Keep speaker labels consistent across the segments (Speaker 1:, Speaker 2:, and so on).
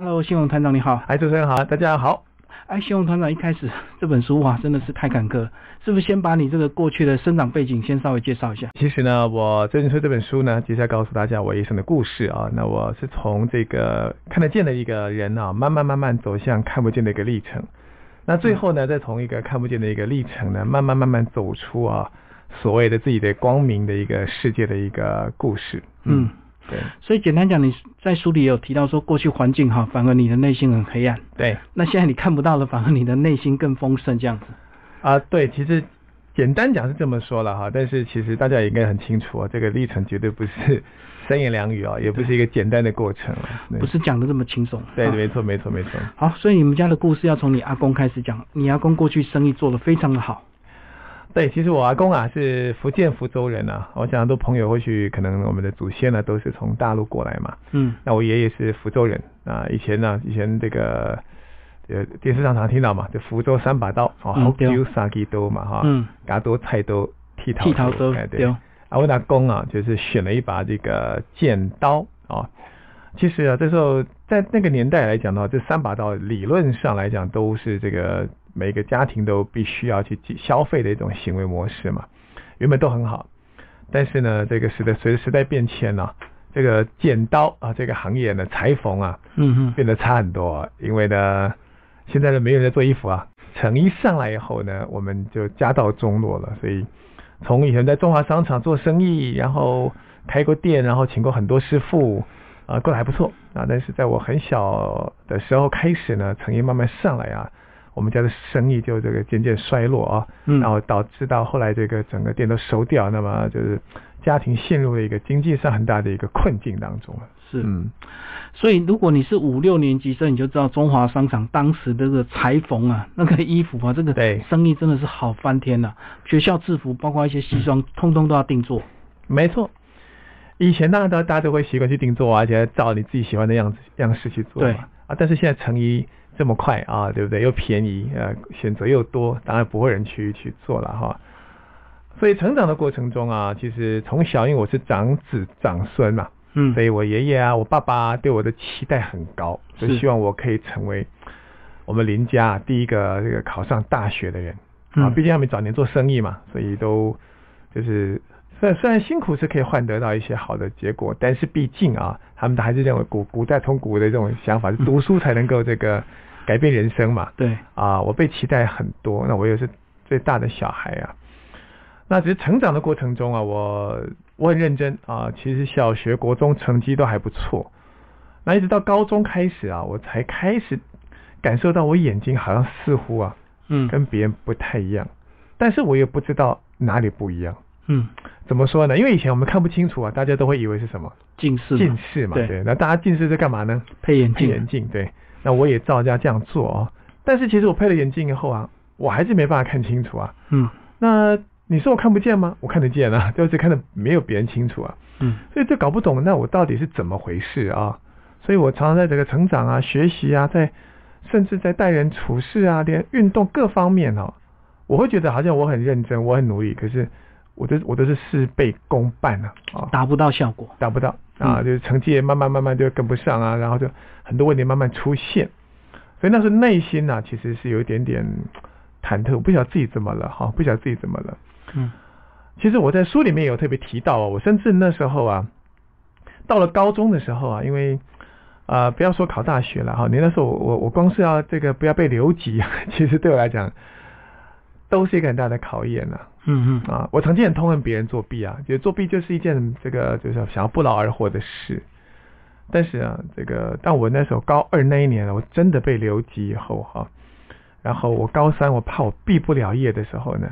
Speaker 1: Hello，新闻团长你好。
Speaker 2: 哎，主持人好，大家好。
Speaker 1: 哎，新闻团长一开始这本书哇，真的是太坎坷了，是不是先把你这个过去的生长背景先稍微介绍一下？
Speaker 2: 其实呢，我最近出这本书呢，就是要告诉大家我一生的故事啊。那我是从这个看得见的一个人啊，慢慢慢慢走向看不见的一个历程。那最后呢，再从一个看不见的一个历程呢，慢慢慢慢走出啊，所谓的自己的光明的一个世界的一个故事。
Speaker 1: 嗯，
Speaker 2: 对
Speaker 1: 所以简单讲，你在书里也有提到说，过去环境哈，反而你的内心很黑暗，
Speaker 2: 对
Speaker 1: 那现在你看不到了，反而你的内心更丰盛这样子。
Speaker 2: 啊、对，其实简单讲是这么说了哈，但是其实大家也应该很清楚啊，这个历程绝对不是 三言两语啊，也不是一个简单的过程啊。对
Speaker 1: 不是讲的这么轻松。
Speaker 2: 对，
Speaker 1: 啊
Speaker 2: 没错，没错，没错。
Speaker 1: 好，所以你们家的故事要从你阿公开始讲。你阿公过去生意做得非常的好，
Speaker 2: 对，其实我阿公啊是福建福州人啊，我想很多朋友或许可能我们的祖先呢、都是从大陆过来嘛。
Speaker 1: 嗯
Speaker 2: 那我爷爷是福州人啊，以前呢、以前这个呃电视上常听到嘛，就福州三把刀哦，
Speaker 1: 嗯
Speaker 2: 福
Speaker 1: 对
Speaker 2: 州三把刀嘛哈，
Speaker 1: 嗯，
Speaker 2: 嘎刀、菜刀、剃头
Speaker 1: 剃头都
Speaker 2: 哎对
Speaker 1: 对。哦
Speaker 2: 啊，我阿公啊，就是选了一把这个剪刀啊。其实啊，这时候在那个年代来讲的话，这三把刀理论上来讲都是这个每个家庭都必须要去记消费的一种行为模式嘛。原本都很好，但是呢，这个时代随着时代变迁呢、这个剪刀啊这个行业呢，裁缝啊
Speaker 1: 嗯嗯
Speaker 2: 变得差很多啊、因为呢，现在呢没有人在做衣服啊。成衣上来以后呢，我们就家道中落了，所以从以前在中华商场做生意，然后开过店，然后请过很多师傅，啊、过得还不错啊。但是在我很小的时候开始呢，成衣慢慢上来啊，我们家的生意就这个渐渐衰落啊，
Speaker 1: 嗯，
Speaker 2: 然后导致到后来这个整个店都收掉，那么就是家庭陷入了一个经济上很大的一个困境当中了。
Speaker 1: 是。
Speaker 2: 嗯，
Speaker 1: 所以如果你是五六年级生，你就知道中华商场当时这个裁缝啊，那个衣服啊，这个
Speaker 2: 对
Speaker 1: 生意真的是好翻天了、学校制服，包括一些西装，通通都要定做。
Speaker 2: 没错。以前大家都大家都会习惯去定做啊，而且照你自己喜欢的样子样式去做嘛。
Speaker 1: 对
Speaker 2: 啊，但是现在成衣这么快啊，对不对？又便宜，呃，选择又多，当然不会有人去去做了哈。所以成长的过程中啊，其实从小因为我是长子长孙嘛，
Speaker 1: 嗯
Speaker 2: 所，以我爷爷啊，我爸爸啊对我的期待很高，就是希望我可以成为我们林家啊第一个这个考上大学的人。啊，
Speaker 1: 嗯
Speaker 2: 毕竟他们早年做生意嘛，所以都就是虽然虽然辛苦是可以换得到一些好的结果，但是毕竟啊，他们还是认为古古代从古的这种想法是读书才能够这个改变人生嘛。
Speaker 1: 对，
Speaker 2: 啊，我被期待很多，那我也是最大的小孩啊。那只是成长的过程中啊，我我很认真啊，其实小学、国中成绩都还不错，那一直到高中开始啊，我才开始感受到我眼睛好像似乎啊
Speaker 1: 嗯
Speaker 2: 跟别人不太一样，但是我也不知道哪里不一样。
Speaker 1: 嗯，
Speaker 2: 怎么说呢？因为以前我们看不清楚啊，大家都会以为是什么
Speaker 1: 近视嘛
Speaker 2: 近视嘛，
Speaker 1: 对
Speaker 2: 对。那大家近视是干嘛呢？
Speaker 1: 配眼
Speaker 2: 配
Speaker 1: 镜，
Speaker 2: 眼镜，对。那我也照人家这样做哦，但是其实我配了眼镜以后啊，我还是没办法看清楚啊。
Speaker 1: 嗯
Speaker 2: 那你说我看不见吗？我看得见啊， 就是看得没有别人清楚啊。
Speaker 1: 嗯
Speaker 2: 所以就搞不懂那我到底是怎么回事啊？所以我常常在这个成长啊、学习啊，在甚至在待人处事啊，连运动各方面哦、我会觉得好像我很认真，我很努力，可是我都我都是事倍功半啊，啊，
Speaker 1: 达不到效果。
Speaker 2: 达不到啊，
Speaker 1: 嗯
Speaker 2: 就是成绩也慢慢慢慢就跟不上啊，然后就很多问题慢慢出现，所以那时候内心呢、其实是有一点点忐忑，我不晓得自己怎么了哈、不晓得自己怎么了。
Speaker 1: 嗯
Speaker 2: 其实我在书里面有特别提到啊，我甚至那时候啊，到了高中的时候啊，因为呃，不要说考大学了哈，你那时候我我我光是要这个不要被留级，啊其实对我来讲都是一个很大的考验呐
Speaker 1: 嗯
Speaker 2: 啊我曾经很痛恨别人作弊啊，觉得作弊就是一件这个就是想要不劳而获的事。但是啊，这个但我那时候高二那一年啊，我真的被留级以后哈、然后我高三我怕我毕不了业的时候呢，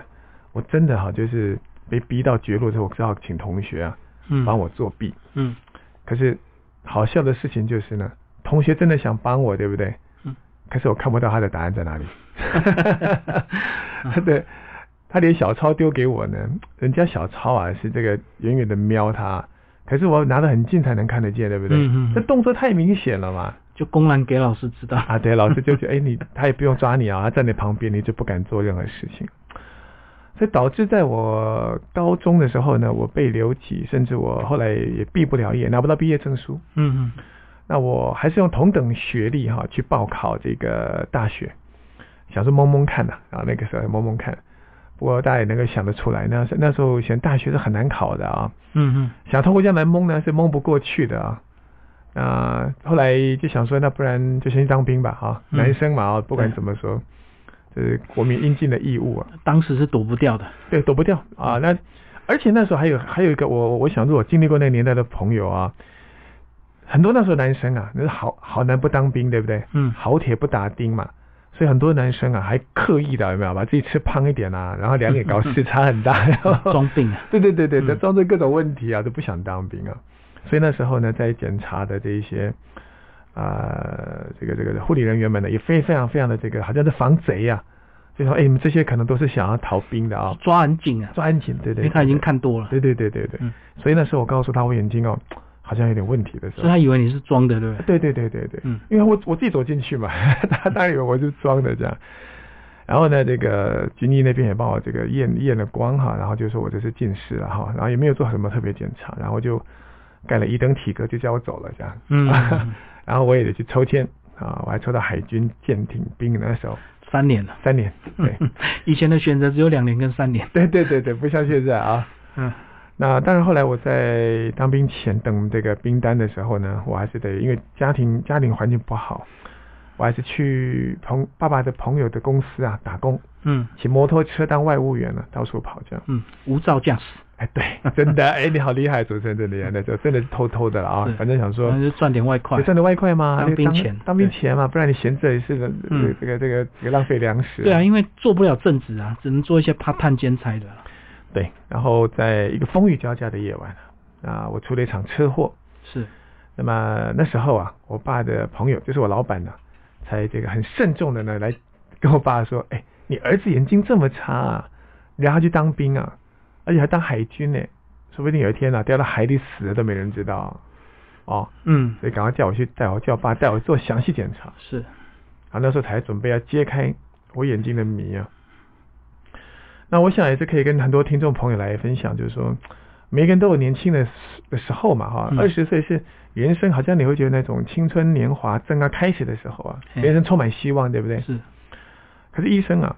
Speaker 2: 我真的哈、就是被逼到绝路之后，我只好请同学啊
Speaker 1: 嗯，
Speaker 2: 帮我作弊。
Speaker 1: 嗯
Speaker 2: 可是好笑的事情就是呢，同学真的想帮我，对不对？
Speaker 1: 嗯。
Speaker 2: 可是我看不到他的答案在哪里。 他的他连小抄丢给我呢，人家小抄啊是这个远远的瞄他，可是我拿得很近才能看得见，对不对？
Speaker 1: 嗯嗯嗯
Speaker 2: 这动作太明显了 嘛。
Speaker 1: 就公然给老师知道。
Speaker 2: 啊，对，老师就觉得，哎，你他也不用抓你啊，他站你旁边，你就不敢做任何事情。所以导致在我高中的时候呢，我被留级，甚至我后来也毕不了业，拿不到毕业证书。
Speaker 1: 嗯嗯
Speaker 2: 那我还是用同等学历哈、去报考这个大学，想说蒙蒙看呐、啊，那个时候蒙蒙看。不过大家也能够想得出来，那那时候以前大学是很难考的啊，
Speaker 1: 嗯
Speaker 2: 想透过这样来蒙呢是蒙不过去的啊。啊、后来就想说，那不然就先去当兵吧哈、
Speaker 1: 嗯
Speaker 2: 男生嘛啊，不管怎么说，这是国民应尽的义务啊。
Speaker 1: 嗯，当时是躲不掉的。
Speaker 2: 对，躲不掉
Speaker 1: 嗯
Speaker 2: 啊。那而且那时候还有还有一个，我我想，如果经历过那个年代的朋友啊，很多那时候男生啊，那好好男不当兵，对不对？
Speaker 1: 嗯
Speaker 2: 好铁不打钉嘛。所以很多男生啊，还刻意的有没有把自己吃胖一点啊，然后量也 高，时差很大，然后
Speaker 1: 装病啊
Speaker 2: 对对对对，
Speaker 1: 嗯
Speaker 2: 装着各种问题啊，都不想当兵啊。所以那时候呢，在检查的这一些，呃，这个这个护理人员们呢，也非非常非常的这个，好像是防贼呀、就说哎，你们这些可能都是想要逃兵的啊、
Speaker 1: 抓很紧啊，
Speaker 2: 抓安紧，对对
Speaker 1: 因为他已经，看多了，
Speaker 2: 对对对对对对
Speaker 1: 嗯，
Speaker 2: 所以那时候我告诉他我眼睛哦好像有点问题的时
Speaker 1: 所以
Speaker 2: 候，
Speaker 1: 他以为你是装的，对不对？
Speaker 2: 对对对对对，
Speaker 1: 嗯
Speaker 2: 因为我我自己走进去嘛， 他当然以为我是装的这样。然后呢，这个军医那边也帮我这个验验了光哈，然后就说我这是近视了哈，然后也没有做什么特别检查，然后就盖了一等体格就叫我走了这样，
Speaker 1: 嗯嗯嗯
Speaker 2: 然后我也得去抽签啊，我还抽到海军舰艇兵那时候
Speaker 1: 三年 了，
Speaker 2: 三年，
Speaker 1: 嗯
Speaker 2: 对
Speaker 1: 以前的选择只有两年跟三年。
Speaker 2: 对对对对，不像现在啊，
Speaker 1: 嗯
Speaker 2: 那当然，后来我在当兵前等这个兵单的时候呢，我还是得因为家庭家庭环境不好，我还是去朋爸爸的朋友的公司啊打工，
Speaker 1: 嗯
Speaker 2: 骑摩托车当外务员呢、到处跑这样。
Speaker 1: 嗯，无照驾驶，
Speaker 2: 哎，对，真 的，哎，你好厉害，主持人真厉害，那就真的是偷偷的了啊
Speaker 1: 对，
Speaker 2: 反正想说
Speaker 1: 反。正就赚点外快
Speaker 2: 也。赚的外快嘛，
Speaker 1: 当兵
Speaker 2: 那个
Speaker 1: 前
Speaker 2: 当兵
Speaker 1: 对
Speaker 2: 前嘛，不然你闲着也是个
Speaker 1: 嗯
Speaker 2: 这个这个这个浪费粮食。
Speaker 1: 对啊，因为做不了正职啊，只能做一些 part time 兼差的啊。
Speaker 2: 对。然后在一个风雨交加的夜晚啊，我出了一场车祸，
Speaker 1: 是，
Speaker 2: 那么那时候啊，我爸的朋友就是我老板呢、才这个很慎重的呢来跟我爸说，哎，你儿子眼睛这么差、啊，让他去当兵啊，而且还当海军呢，说不定有一天啊掉到海里死了都没人知道，哦，
Speaker 1: 嗯，
Speaker 2: 所以赶快叫我去带我叫我爸带我做详细检查，
Speaker 1: 是，
Speaker 2: 啊，那时候才准备要揭开我眼睛的谜啊。那我想也是可以跟很多听众朋友来分享，就是说，每个人都有年轻的时的时候嘛，哈、
Speaker 1: 嗯
Speaker 2: 二十岁是人生，好像你会觉得那种青春年华正要开始的时候啊，
Speaker 1: 嘿
Speaker 2: 人生充满希望，对不对？
Speaker 1: 是，
Speaker 2: 可是医生啊，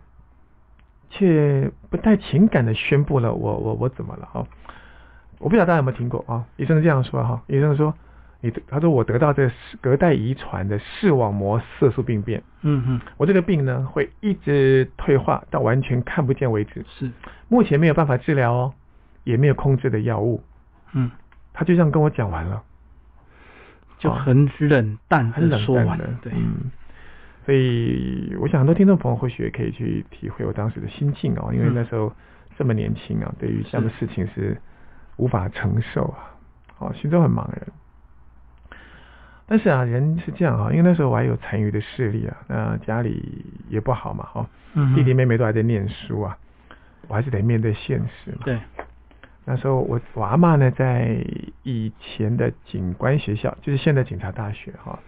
Speaker 2: 却不带情感的宣布了我我我怎么了哈、我不知道大家有没有听过啊？医生这样说哈、医生说你得他说我得到这隔代遗传的视网膜色素病变，
Speaker 1: 嗯嗯，
Speaker 2: 我这个病呢会一直退化到完全看不见为止，
Speaker 1: 是，
Speaker 2: 目前没有办法治疗哦，也没有控制的药物。
Speaker 1: 嗯，
Speaker 2: 他就这样跟我讲完了，
Speaker 1: 就
Speaker 2: 啊
Speaker 1: 很冷淡
Speaker 2: 很
Speaker 1: 的
Speaker 2: 冷
Speaker 1: 说
Speaker 2: 淡
Speaker 1: 完
Speaker 2: 的
Speaker 1: 了，，对，
Speaker 2: 嗯。所以我想很多听众朋友或许也可以去体会我当时的心境哦，因为
Speaker 1: 嗯
Speaker 2: 那时候这么年轻啊，对于这样的
Speaker 1: 是
Speaker 2: 事情是无法承受啊，哦，心中很茫然。但是啊，人是这样啊，因为那时候我还有残余的视力啊，那家里也不好嘛，哦，
Speaker 1: 嗯，
Speaker 2: 弟弟
Speaker 1: 嗯
Speaker 2: 妹妹都还在念书啊，我还是得面对现实嘛。
Speaker 1: 对，
Speaker 2: 那时候我我阿嬷呢，在以前的警官学校，就是现在警察大学哈、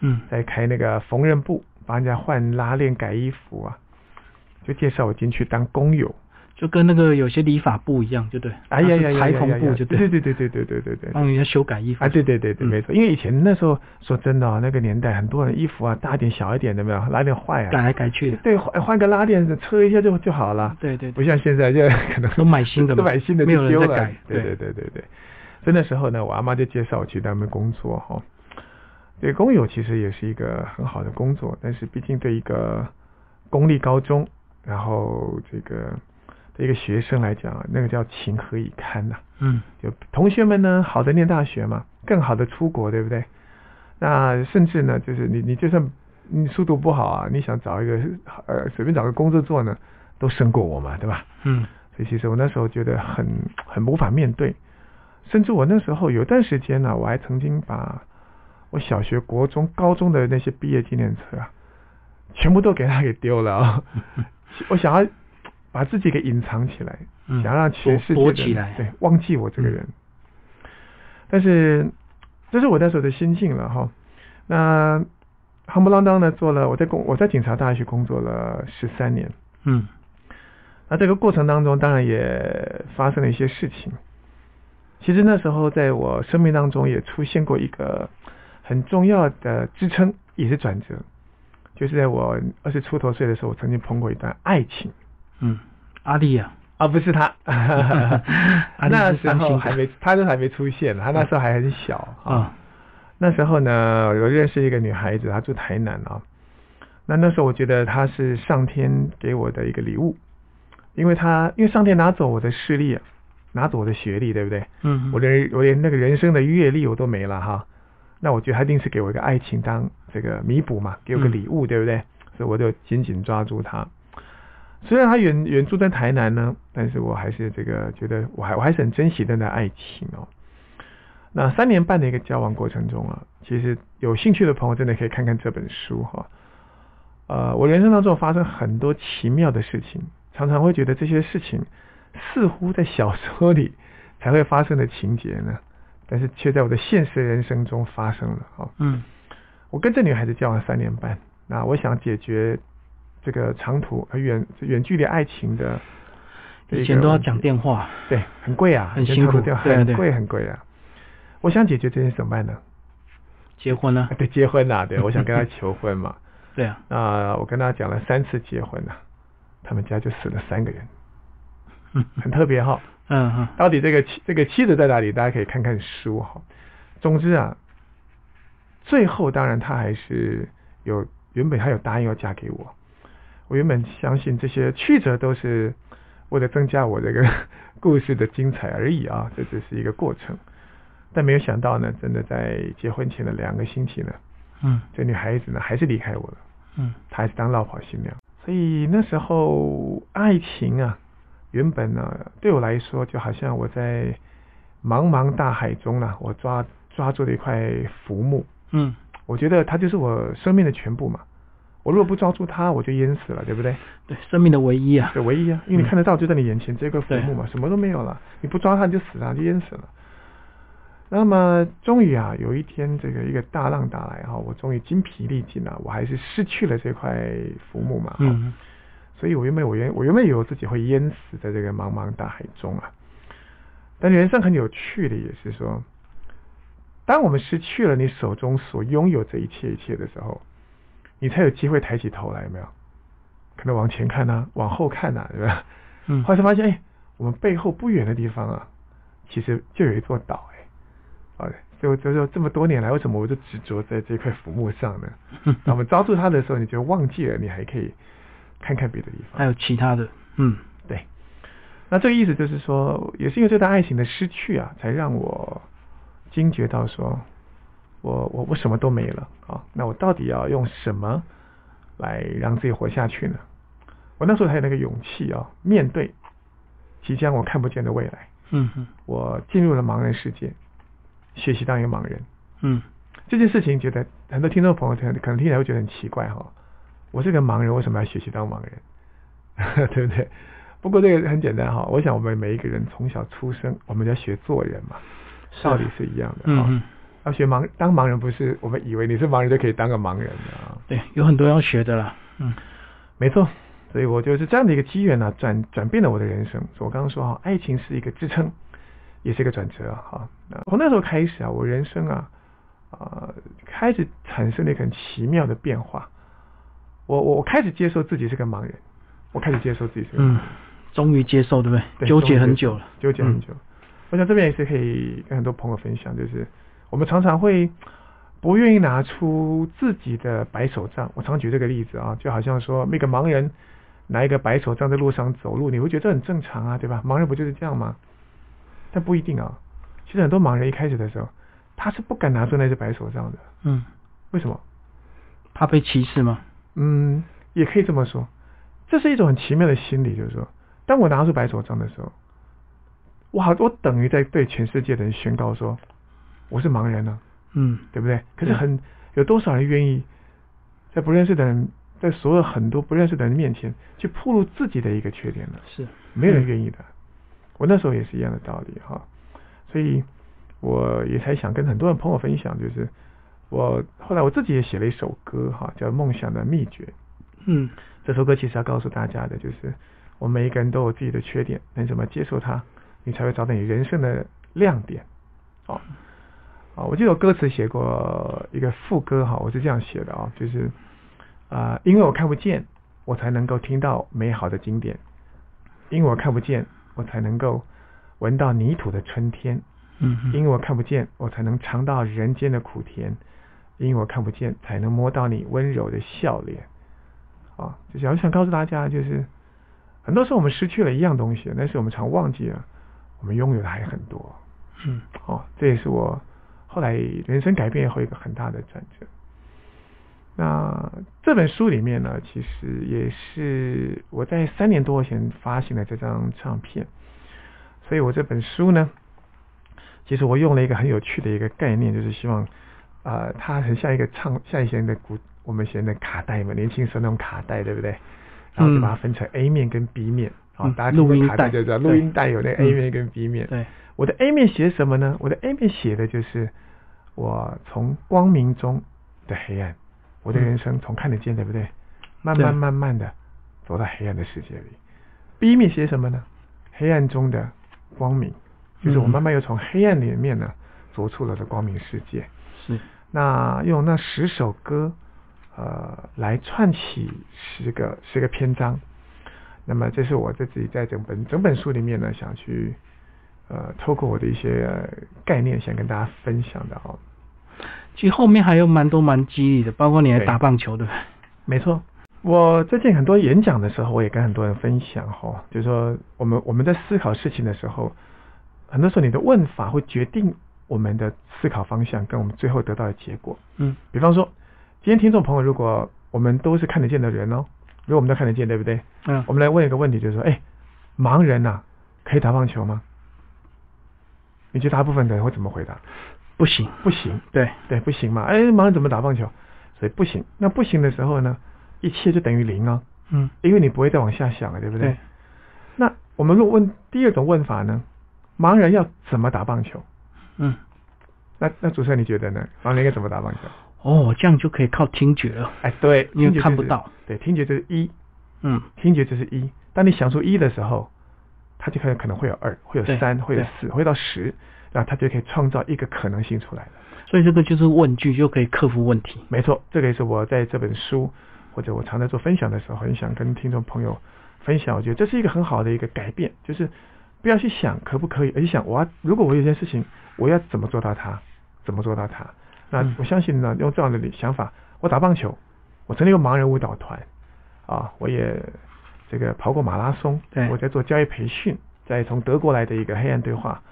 Speaker 1: 嗯，
Speaker 2: 在开那个缝纫部，帮人家换拉链、改衣服啊，就介绍我进去当工友。
Speaker 1: 就跟那个有些理发部一样，就对，
Speaker 2: 哎呀呀
Speaker 1: 啊它是
Speaker 2: 呀
Speaker 1: 裁
Speaker 2: 呀呀
Speaker 1: 缝
Speaker 2: 呀
Speaker 1: 部就
Speaker 2: 对
Speaker 1: 对，
Speaker 2: 对对对对对对对。
Speaker 1: 帮人家修改衣服
Speaker 2: 啊，对对对对，
Speaker 1: 嗯
Speaker 2: 没错，因为以前那时候说真的、哦，那个年代很多人衣服啊大一点小一点的没有，拉链坏
Speaker 1: 改
Speaker 2: 啊，
Speaker 1: 来改去的，
Speaker 2: 对，换换个拉链车一下就就好了。
Speaker 1: 对对
Speaker 2: 不
Speaker 1: 对，
Speaker 2: 像现在就 可能
Speaker 1: 都买新的嘛
Speaker 2: 都买新的
Speaker 1: 没有人
Speaker 2: 就丢
Speaker 1: 在
Speaker 2: 了。
Speaker 1: 改
Speaker 2: 对对
Speaker 1: 对
Speaker 2: 对对对。所以那时候呢，我阿妈就介绍我去他们工作哈、对，工友其实也是一个很好的工作，但是毕竟对一个公立高中，然后这个对一个学生来讲，那个叫情何以堪呐、
Speaker 1: 嗯，
Speaker 2: 就同学们呢，好的念大学嘛，更好的出国，对不对？那甚至呢，就是你你就算你速度不好啊，你想找一个呃随便找个工作做呢，都胜过我嘛，对吧？
Speaker 1: 嗯，
Speaker 2: 所以其实我那时候觉得很很无法面对，甚至我那时候有一段时间呢、我还曾经把我小学、国中、高中的那些毕业纪念册啊，全部都给他给丢了、啊 我想要把自己给隐藏起来，
Speaker 1: 嗯
Speaker 2: 想要让全世界的
Speaker 1: 躲
Speaker 2: 人
Speaker 1: 躲起来
Speaker 2: 对，忘记我这个人。但是这是我那时候的心境了哈。那夯不啷当的做了，我在工我在警察大学工作了十三年。
Speaker 1: 嗯，
Speaker 2: 那这个过程当中，当然也发生了一些事情。其实那时候在我生命当中也出现过一个很重要的支撑，也是转折。就是在我二十出头岁的时候，我曾经碰过一段爱情
Speaker 1: 嗯，阿丽 啊，
Speaker 2: 啊，不是他，
Speaker 1: 啊
Speaker 2: 那
Speaker 1: 你是
Speaker 2: 时
Speaker 1: 伤心
Speaker 2: 候
Speaker 1: 的
Speaker 2: 还没，他都还没出现，他那时候还很小啊。
Speaker 1: 啊，
Speaker 2: 那时候呢，我认识一个女孩子，她住台南啊。那那时候我觉得她是上天给我的一个礼物，因为她因为上天拿走我的视力，拿走我的学历，对不对？
Speaker 1: 嗯，
Speaker 2: 我连我连那个人生的阅历我都没了哈。那我觉得他一定是给我一个爱情当这个弥补嘛，给我个礼物，对不对？所以我就紧紧抓住他。虽然他远远住在台南呢，但是我还是这个觉得我还我还是很珍惜那段爱情哦。那三年半的一个交往过程中啊，其实有兴趣的朋友真的可以看看这本书哈、呃，我人生当中发生很多奇妙的事情，常常会觉得这些事情似乎在小说里才会发生的情节呢，但是却在我的现实人生中发生了哦。
Speaker 1: 嗯
Speaker 2: 我跟这女孩子交往三年半，那我想解决这个长途呃远远距离爱情的这个问题，
Speaker 1: 以前都要讲电话，
Speaker 2: 对，很贵啊，
Speaker 1: 很
Speaker 2: 以前
Speaker 1: 辛苦
Speaker 2: 长途电话
Speaker 1: 对啊
Speaker 2: 很
Speaker 1: 对
Speaker 2: 贵很贵啊。我想解决这件事怎么 办呢？
Speaker 1: 结婚 呢
Speaker 2: 啊，对，结婚啦、对，我想跟她求婚嘛。
Speaker 1: 对啊，
Speaker 2: 那我跟她讲了三次结婚了、他们家就死了三个人，
Speaker 1: 嗯
Speaker 2: 很特别哈、
Speaker 1: 嗯嗯，
Speaker 2: 到底这个妻这个妻子在哪里？大家可以看看书哈。总之啊，最后当然她还是有原本她有答应要嫁给我，我原本相信这些曲折都是为了增加我这个故事的精彩而已啊，这只是一个过程。但没有想到呢，真的在结婚前的两个星期呢，
Speaker 1: 嗯
Speaker 2: 这女孩子呢还是离开我了。
Speaker 1: 嗯
Speaker 2: 她还是当落跑新娘。所以那时候爱情啊，原本呢、啊对我来说就好像我在茫茫大海中呢、我抓抓住了一块浮木，
Speaker 1: 嗯，
Speaker 2: 我觉得它就是我生命的全部嘛。我如果不抓住它，我就淹死了，对不对？
Speaker 1: 对，生命的唯一啊，
Speaker 2: 这唯一啊，因为你看得到就在你眼前这块浮木嘛，什么都没有了，你不抓它你就死了，你就淹死了。那么终于啊，有一天这个一个大浪打来哈，我终于精疲力尽了，我还是失去了这块浮木嘛。哈
Speaker 1: 嗯
Speaker 2: 所以我原本我原我原本以为自己会淹死在这个茫茫大海中啊。但人生很有趣的也是说，当我们失去了你手中所拥有这一切一切的时候，你才有机会抬起头来，有没有？可能往前看呐、往后看呐、对吧？
Speaker 1: 嗯
Speaker 2: 后来才发现，哎，我们背后不远的地方啊，其实就有一座岛，哎，好的，所以我就说这么多年来，为什么我就执着在这块浮木上呢？
Speaker 1: 嗯
Speaker 2: 那我们抓住它的时候，你就忘记了，你还可以看看别的地方。
Speaker 1: 还有其他的，嗯
Speaker 2: 对，那这个意思就是说，也是因为这段爱情的失去啊，才让我惊觉到说，我我我什么都没了啊，那我到底要用什么来让自己活下去呢？我那时候才有那个勇气啊，面对即将我看不见的未来，
Speaker 1: 嗯嗯
Speaker 2: 我进入了盲人世界，学习当一个盲人。
Speaker 1: 嗯
Speaker 2: 这件事情，觉得很多听众朋友可能可能听起来会觉得很奇怪哈、我是个盲人，为什么要学习当盲人？ 对不对？不过这个很简单哈、我想我们每一个人从小出生，我们就要学做人嘛，
Speaker 1: 是啊
Speaker 2: 道理是一样的
Speaker 1: 嗯
Speaker 2: 啊、
Speaker 1: 嗯，
Speaker 2: 要学盲当盲人，不是我们以为你是盲人就可以当个盲人的啊、
Speaker 1: 对，有很多要学的啦，嗯
Speaker 2: 没错，所以我就是这样的一个机缘呢、啊转转变了我的人生。所以我刚刚说哈、爱情是一个支撑，也是一个转折啊哈、那从那时候开始啊，我人生啊，啊、开始产生了一个很奇妙的变化。我我我开始接受自己是个盲人，我开始接受自己是个盲人
Speaker 1: 嗯，终于接受对不
Speaker 2: 对
Speaker 1: 对？纠结很久了，
Speaker 2: 纠结很
Speaker 1: 嗯
Speaker 2: 久。我想这边也是可以跟很多朋友分享，就是我们常常会不愿意拿出自己的白手杖。我常举这个例子啊，就好像说那个盲人拿一个白手杖在路上走路，你会觉得这很正常啊，对吧？盲人不就是这样吗？但不一定啊。其实很多盲人一开始的时候，他是不敢拿出那只白手杖的。
Speaker 1: 嗯，
Speaker 2: 为什么？
Speaker 1: 怕被歧视吗？
Speaker 2: 嗯，也可以这么说，这是一种很奇妙的心理，就是说，当我拿出白手杖的时候，我好，我等于在对全世界的人宣告说，我是盲人呢、啊
Speaker 1: 嗯
Speaker 2: 对不对？可是
Speaker 1: 对
Speaker 2: 很有多少人愿意在不认识的人，在所有很多不认识的人面前去暴露自己的一个缺点呢？
Speaker 1: 是，
Speaker 2: 没有人愿意的。我那时候也是一样的道理哈，所以我也才想跟很多人朋友分享，就是我后来我自己也写了一首歌哈，叫《梦想的秘诀》。
Speaker 1: 嗯
Speaker 2: 这首歌其实要告诉大家的就是，我们每一个人都有自己的缺点，你怎么接受它，你才会找到你人生的亮点。哦，啊，我记得我歌词写过一个副歌哈，我是这样写的啊，就是啊、呃因为我看不见，我才能够听到美好的经典；因为我看不见，我才能够闻到泥土的春天；
Speaker 1: 嗯哼，
Speaker 2: 因为我看不见，我才能尝到人间的苦甜；因为我看不见，才能摸到你温柔的笑脸。啊，就是我想告诉大家，就是很多时候我们失去了一样东西，但是我们常忘记了，我们拥有的还很多。
Speaker 1: 嗯
Speaker 2: 哦，这也是我后来人生改变后一个很大的转折。那这本书里面呢，其实也是我在三年多前发行的这张唱片，所以我这本书呢，其实我用了一个很有趣的一个概念，就是希望，呃，它很像一个唱，像以前的古我们以前的卡带嘛，年轻时候那种卡带，对不对？然后就把它分成 A 面跟 B 面，啊、
Speaker 1: 嗯
Speaker 2: 大家听过
Speaker 1: 录音
Speaker 2: 卡带
Speaker 1: 带
Speaker 2: 就知道，
Speaker 1: 对
Speaker 2: 录音带有那个 A
Speaker 1: 嗯
Speaker 2: 面跟 B 面，
Speaker 1: 对，
Speaker 2: 我的 A 面写什么呢？我的 A 面写的就是我从光明中的黑暗，我的
Speaker 1: 嗯
Speaker 2: 人生从看得见，对不对？慢
Speaker 1: 对
Speaker 2: 慢慢慢的走到黑暗的世界里。B 面写什么呢？黑暗中的光明，就是我
Speaker 1: 嗯
Speaker 2: 慢慢又从黑暗里面呢，走出了这光明世界。
Speaker 1: 是，
Speaker 2: 那用那十首歌，呃，来串起十个十个篇章。那么这是我自己在整本整本书里面呢，想去呃，透过我的一些呃概念，想跟大家分享的哦。
Speaker 1: 其实后面还有蛮多蛮激励的，包括你还
Speaker 2: 对
Speaker 1: 打棒球，对不对？
Speaker 2: 没错，我最近很多演讲的时候，我也跟很多人分享哦，就是说我们我们在思考事情的时候，很多时候你的问法会决定我们的思考方向跟我们最后得到的结果。
Speaker 1: 嗯
Speaker 2: 比方说，今天听众朋友，如果我们都是看得见的人哦，如果我们都看得见，对不对？
Speaker 1: 嗯
Speaker 2: 我，们来问一个问题，就是说，哎，盲人呐、可以打棒球吗？你觉得大部分的人会怎么回答？
Speaker 1: 不行，
Speaker 2: 不行，
Speaker 1: 对，
Speaker 2: 对，不行嘛。哎，盲人怎么打棒球？所以不行。那不行的时候呢，一切就等于零哦，
Speaker 1: 嗯，
Speaker 2: 因为你不会再往下想了，对不对？
Speaker 1: 对，
Speaker 2: 那我们如果问第二种问法呢，盲人要怎么打棒球？
Speaker 1: 嗯，
Speaker 2: 那那主持人你觉得呢？盲人应该怎么打棒球？
Speaker 1: 哦，这样就可以靠听觉了，
Speaker 2: 哎，对，
Speaker 1: 因
Speaker 2: 听觉
Speaker 1: 为看
Speaker 2: 就
Speaker 1: 不
Speaker 2: 是
Speaker 1: 到，
Speaker 2: 对，听觉就是一，
Speaker 1: 嗯，
Speaker 2: 听觉就是一。当你想出一的时候，它就可能可能会有二，会有
Speaker 1: 对
Speaker 2: 三，会有
Speaker 1: 对
Speaker 2: 四，会到十，然后它就可以创造一个可能性出来了。
Speaker 1: 所以这个就是问句就可以克服问题。
Speaker 2: 没错，这个也是我在这本书或者我常在做分享的时候，很想跟听众朋友分享。我觉得这是一个很好的一个改变，就是不要去想可不可以，而是想我要如果我有一件事情，我要怎么做到它，怎么做到它。那
Speaker 1: 嗯
Speaker 2: 我相信呢，用这样的想法，我打棒球，我成立一个盲人舞蹈团，啊，我也这个跑过马拉松
Speaker 1: 对，
Speaker 2: 我在做教育培训，在从德国来的一个黑暗对话，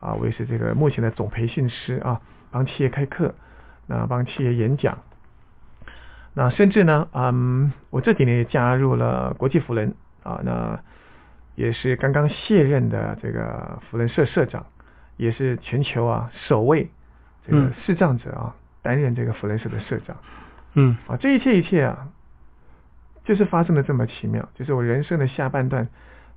Speaker 2: 啊，我也是这个目前的总培训师啊，帮企业开课，那帮企业演讲，那甚至呢，嗯，我这几年也加入了国际福人啊，那也是刚刚卸任的这个福人社社长，也是全球啊首位这个
Speaker 1: 嗯
Speaker 2: 视障者啊、担任这个福人社的社长
Speaker 1: 嗯
Speaker 2: 啊，这一切一切啊，就是发生的这么奇妙，就是我人生的下半段，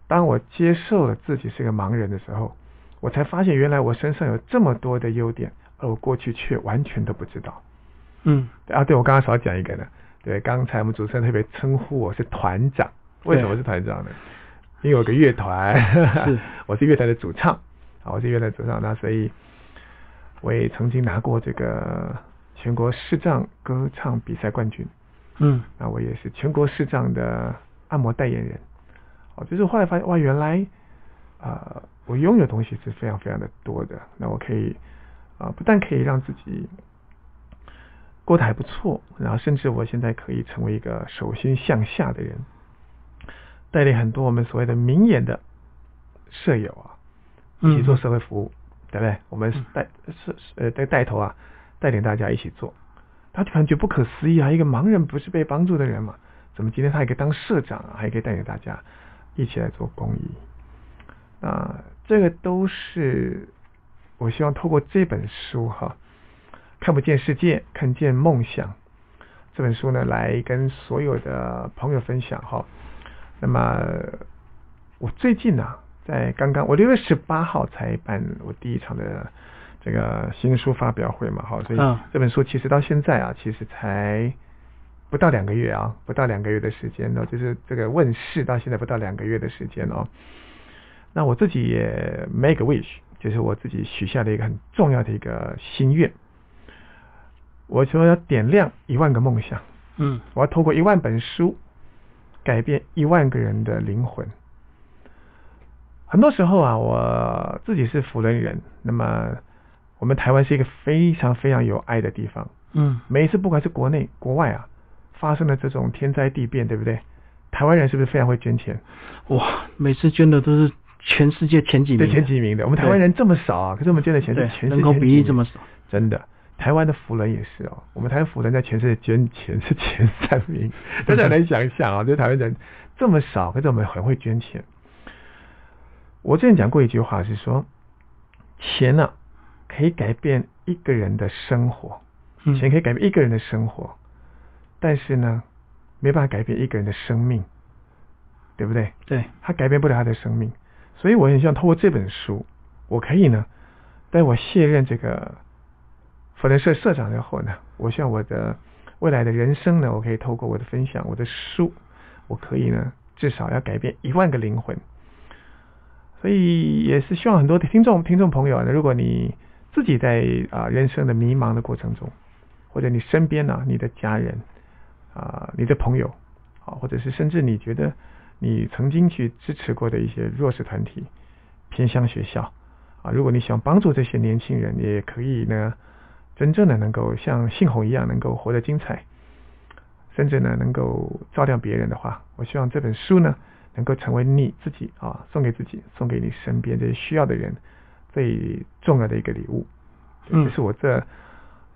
Speaker 2: 当我接受了自己是个盲人的时候，我才发现原来我身上有这么多的优点，而我过去却完全都不知道。
Speaker 1: 嗯，
Speaker 2: 对啊，对，我刚刚少讲一个呢。对，刚才我们主持人特别称呼我是团长，为什么
Speaker 1: 对
Speaker 2: 是团长呢？因为我有个乐团，
Speaker 1: 是
Speaker 2: 我是乐团的主唱，啊，我是乐团主唱，那所以我也曾经拿过这个全国视障歌唱比赛冠军，
Speaker 1: 嗯
Speaker 2: 那我也是全国视障的按摩代言人，哦，就是后来发现哇，原来呃，我拥有的东西是非常非常的多的，那我可以啊、呃不但可以让自己过得还不错，然后甚至我现在可以成为一个手心向下的人，带领很多我们所谓的名言的舍友啊，一
Speaker 1: 嗯，
Speaker 2: 起做社会服务，对不对？我们
Speaker 1: 嗯
Speaker 2: 带是呃带带头啊，带领大家一起做。他就感觉不可思议啊，一个盲人不是被帮助的人嘛，怎么今天他还可以当社长啊，还可以带领大家一起来做公益？那这个都是我希望透过这本书哈，看不见世界，看见梦想这本书呢，来跟所有的朋友分享哈。那么我最近呢、在刚刚我六月十八号才办我第一场的这个新书发表会嘛，哈，所以
Speaker 1: 嗯
Speaker 2: 这本书其实到现在啊，其实才不到两个月啊，不到两个月的时间呢，就是这个哦问世到现在不到两个月的时间哦。那我自己也 make a wish，就是我自己许下的一个很重要的一个心愿。我说要点亮一万个梦想，
Speaker 1: 嗯
Speaker 2: 我要透过一万本书，改变一万个人的灵魂。很多时候啊，我自己是福人人，那么我们台湾是一个非常非常有爱的地方。
Speaker 1: 嗯
Speaker 2: 每一次不管是国内国外啊，发生了这种天灾地变，对不对？台湾人是不是非常会捐钱？
Speaker 1: 哇，每次捐的都是全世界前几
Speaker 2: 对
Speaker 1: 名，
Speaker 2: 前几名的，我们台湾人这么少啊，可是我们捐的钱是
Speaker 1: 对
Speaker 2: 全世界
Speaker 1: 人口比
Speaker 2: 前
Speaker 1: 例
Speaker 2: 几
Speaker 1: 这么
Speaker 2: 名
Speaker 1: 少，
Speaker 2: 真的。台湾的福人也是哦，我们台湾福人在全世界捐钱是前三名，大家能想想啊，就是台湾人这么少，可是我们很会捐钱。我之前讲过一句话是说，钱呢、可以改变一个人的生活，
Speaker 1: 嗯
Speaker 2: 钱可以改变一个人的生活，但是呢，没办法改变一个人的生命，对不对？
Speaker 1: 对，
Speaker 2: 他改变不了他的生命，所以我很希望透过这本书，我可以呢，在我卸任这个福伦社社长之后呢，我希望我的未来的人生呢，我可以透过我的分享、我的书，我可以呢，至少要改变一万个灵魂。所以也是希望很多的听众、听众朋友呢，如果你自己在啊、人生的迷茫的过程中，或者你身边呢、你的家人啊、你的朋友啊，或者是甚至你觉得你曾经去支持过的一些弱势团体、偏乡学校啊，如果你想帮助这些年轻人，也可以呢，真正的能够像信宏一样，能够活得精彩，甚至呢能够照亮别人的话，我希望这本书呢能够成为你自己啊送给自己、送给你身边这些需要的人最重要的一个礼物。
Speaker 1: 嗯
Speaker 2: 这是我这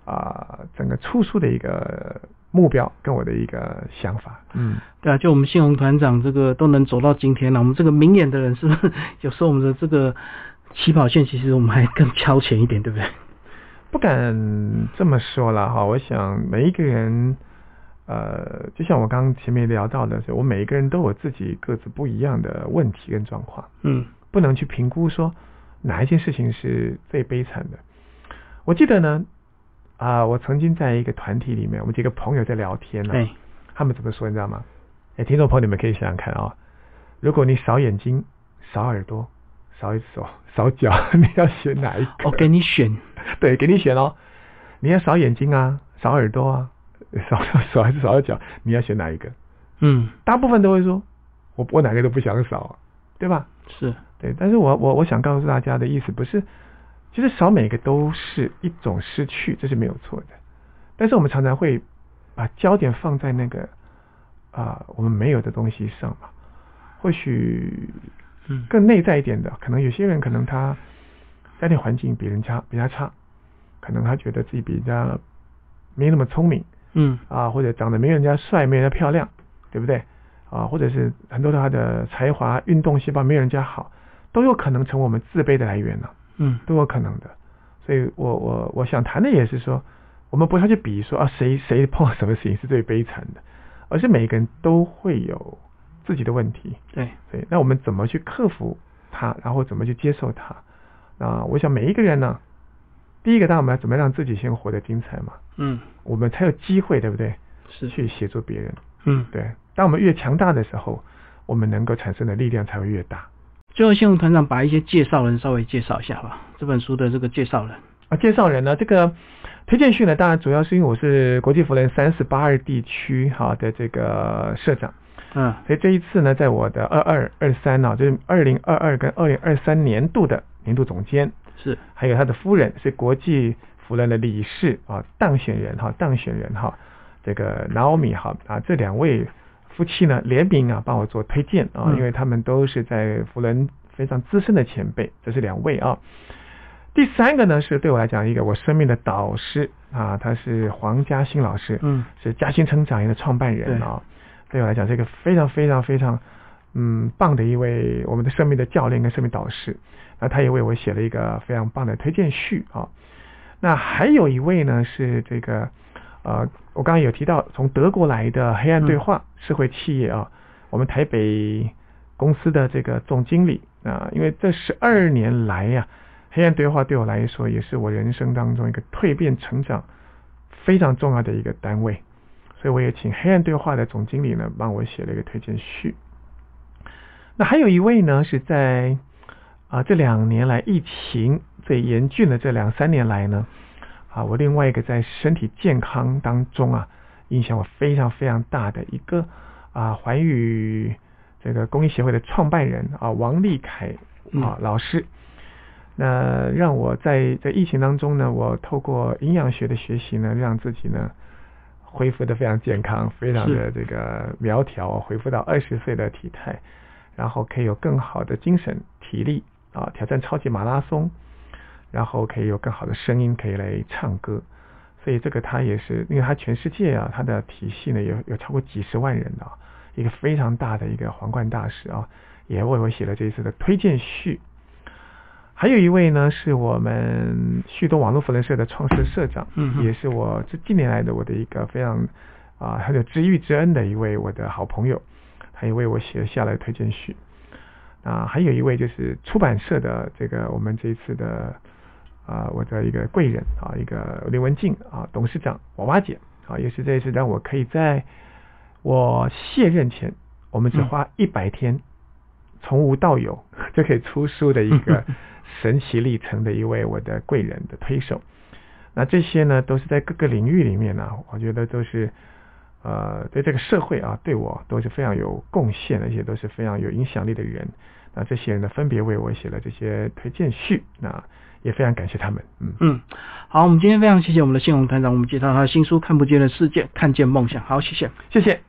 Speaker 2: 啊、整个出书的一个目标跟我的一个想法。嗯，
Speaker 1: 对啊，就我们信宏团长这个都能走到今天了，我们这个明眼的人是不是 有时候我们的这个起跑线其实我们还更超前一点，对不对？
Speaker 2: 不敢这么说了哈。我想每一个人，呃，就像我刚刚前面聊到的，就我每一个人都有自己各自不一样的问题跟状况，
Speaker 1: 嗯
Speaker 2: 不能去评估说哪一件事情是最悲惨的。我记得呢，啊、我曾经在一个团体里面，我们几个朋友在聊天呢、
Speaker 1: 对，
Speaker 2: 他们怎么说你知道吗？哎，听众朋友你们可以想想看啊、如果你少眼睛、少耳朵、少一只手、少脚， 你要选哪一个？
Speaker 1: 我给你选，
Speaker 2: 对，给你选哦，你要少眼睛啊，少耳朵啊， 少少还是少脚，你要选哪一个？
Speaker 1: 嗯
Speaker 2: 大部分都会说，我我哪个都不想少啊，对吧？
Speaker 1: 是，
Speaker 2: 对，但是我我我想告诉大家的意思不是，其实少每个都是一种失去，这是没有错的。但是我们常常会把焦点放在那个啊、我们没有的东西上嘛。或许
Speaker 1: 嗯
Speaker 2: 更内在一点的，可能有些人可能他家庭环境比人家比较差，可能他觉得自己比人家没那么聪明
Speaker 1: 嗯
Speaker 2: 啊，或者长得没人家帅，没人家漂亮，对不对？啊，或者是很多的他的才华、运动细胞没有人家好，都有可能成为我们自卑的来源呢、
Speaker 1: 嗯
Speaker 2: 都有可能的。所以我我我想谈的也是说，我们不要去比说啊谁谁碰到什么事情是最悲惨的，而是每个人都会有自己的问题，
Speaker 1: 对，
Speaker 2: 对，那我们怎么去克服它，然后怎么去接受它？啊，我想每一个人呢，第一个，当然我们要怎么样让自己先活得精彩嘛，
Speaker 1: 嗯
Speaker 2: 我们才有机会，对不对？
Speaker 1: 是，
Speaker 2: 去协助别人。
Speaker 1: 嗯。
Speaker 2: 对，当我们越强大的时候，我们能够产生的力量才会越大。
Speaker 1: 最后，信宏团长把一些介绍人稍微介绍一下吧，这本书的这个介绍人。
Speaker 2: 啊，介绍人呢，这个推荐序呢，当然主要是因为我是国际福人三四八二地区哈的这个社长。
Speaker 1: 嗯
Speaker 2: 所以这一次呢，在我的二二二三呢，就是二零二二跟二零二三年度的年度总监，
Speaker 1: 是，
Speaker 2: 还有他的夫人是国际福人的理事啊，当选人哈，当选人哈，这个 Naomi 哈啊，这两位夫妻呢联名啊帮我做推荐啊，
Speaker 1: 嗯
Speaker 2: 因为他们都是在福人非常资深的前辈，这是两位啊。第三个呢是对我来讲一个我生命的导师啊，他是黄嘉欣老师，
Speaker 1: 嗯
Speaker 2: 是嘉兴成长营的创办人啊、对我来讲是一个非常非常非常嗯棒的一位我们的生命的教练跟生命导师。那他也为我写了一个非常棒的推荐序啊、那还有一位呢是这个呃，我刚刚有提到从德国来的黑暗对话、社会企业啊、我们台北公司的这个总经理啊、因为这十二年来呀、黑暗对话对我来说也是我人生当中一个蜕变成长非常重要的一个单位，所以我也请黑暗对话的总经理呢帮我写了一个推荐序。那还有一位呢是在啊，这两年来疫情最严峻的这两三年来呢，啊，我另外一个在身体健康当中啊，影响我非常非常大的一个啊，环宇这个公益协会的创办人啊，王立凯啊
Speaker 1: 嗯
Speaker 2: 老师。那让我在在疫情当中呢，我透过营养学的学习呢，让自己呢恢复的非常健康，非常的
Speaker 1: 是
Speaker 2: 这个苗条，恢复到二十岁的体态，然后可以有更好的精神体力啊，挑战超级马拉松，然后可以有更好的声音可以来唱歌。所以这个它也是，因为它全世界啊，它的体系呢有有超过几十万人的、啊，一个非常大的一个皇冠大使啊，也为我写了这一次的推荐序。还有一位呢，是我们旭东网络福人社的创始社长，
Speaker 1: 嗯哼
Speaker 2: 也是我这近年来的我的一个非常啊、很有知遇之恩的一位我的好朋友，他也为我写下了推荐序。啊，还有一位就是出版社的这个我们这一次的啊、我的一个贵人啊，一个刘文静啊，董事长娃娃姐啊，也是这一次让我可以在我卸任前，我们只
Speaker 1: 嗯
Speaker 2: 花一百天，从无到有 就可以出书的一 个神奇历程的一位我的贵人的推手。那这些呢，都是在各个领域里面呢、我觉得都是呃，对这个社会啊，对我都是非常有贡献，而且都是非常有影响力的人。那这些人呢，分别为我写了这些推荐序，那也非常感谢他们。嗯，
Speaker 1: 嗯，好，我们今天非常谢谢我们的信宏团长，我们介绍他的新书《看不见的世界，看见梦想》。好，谢谢。
Speaker 2: 谢谢。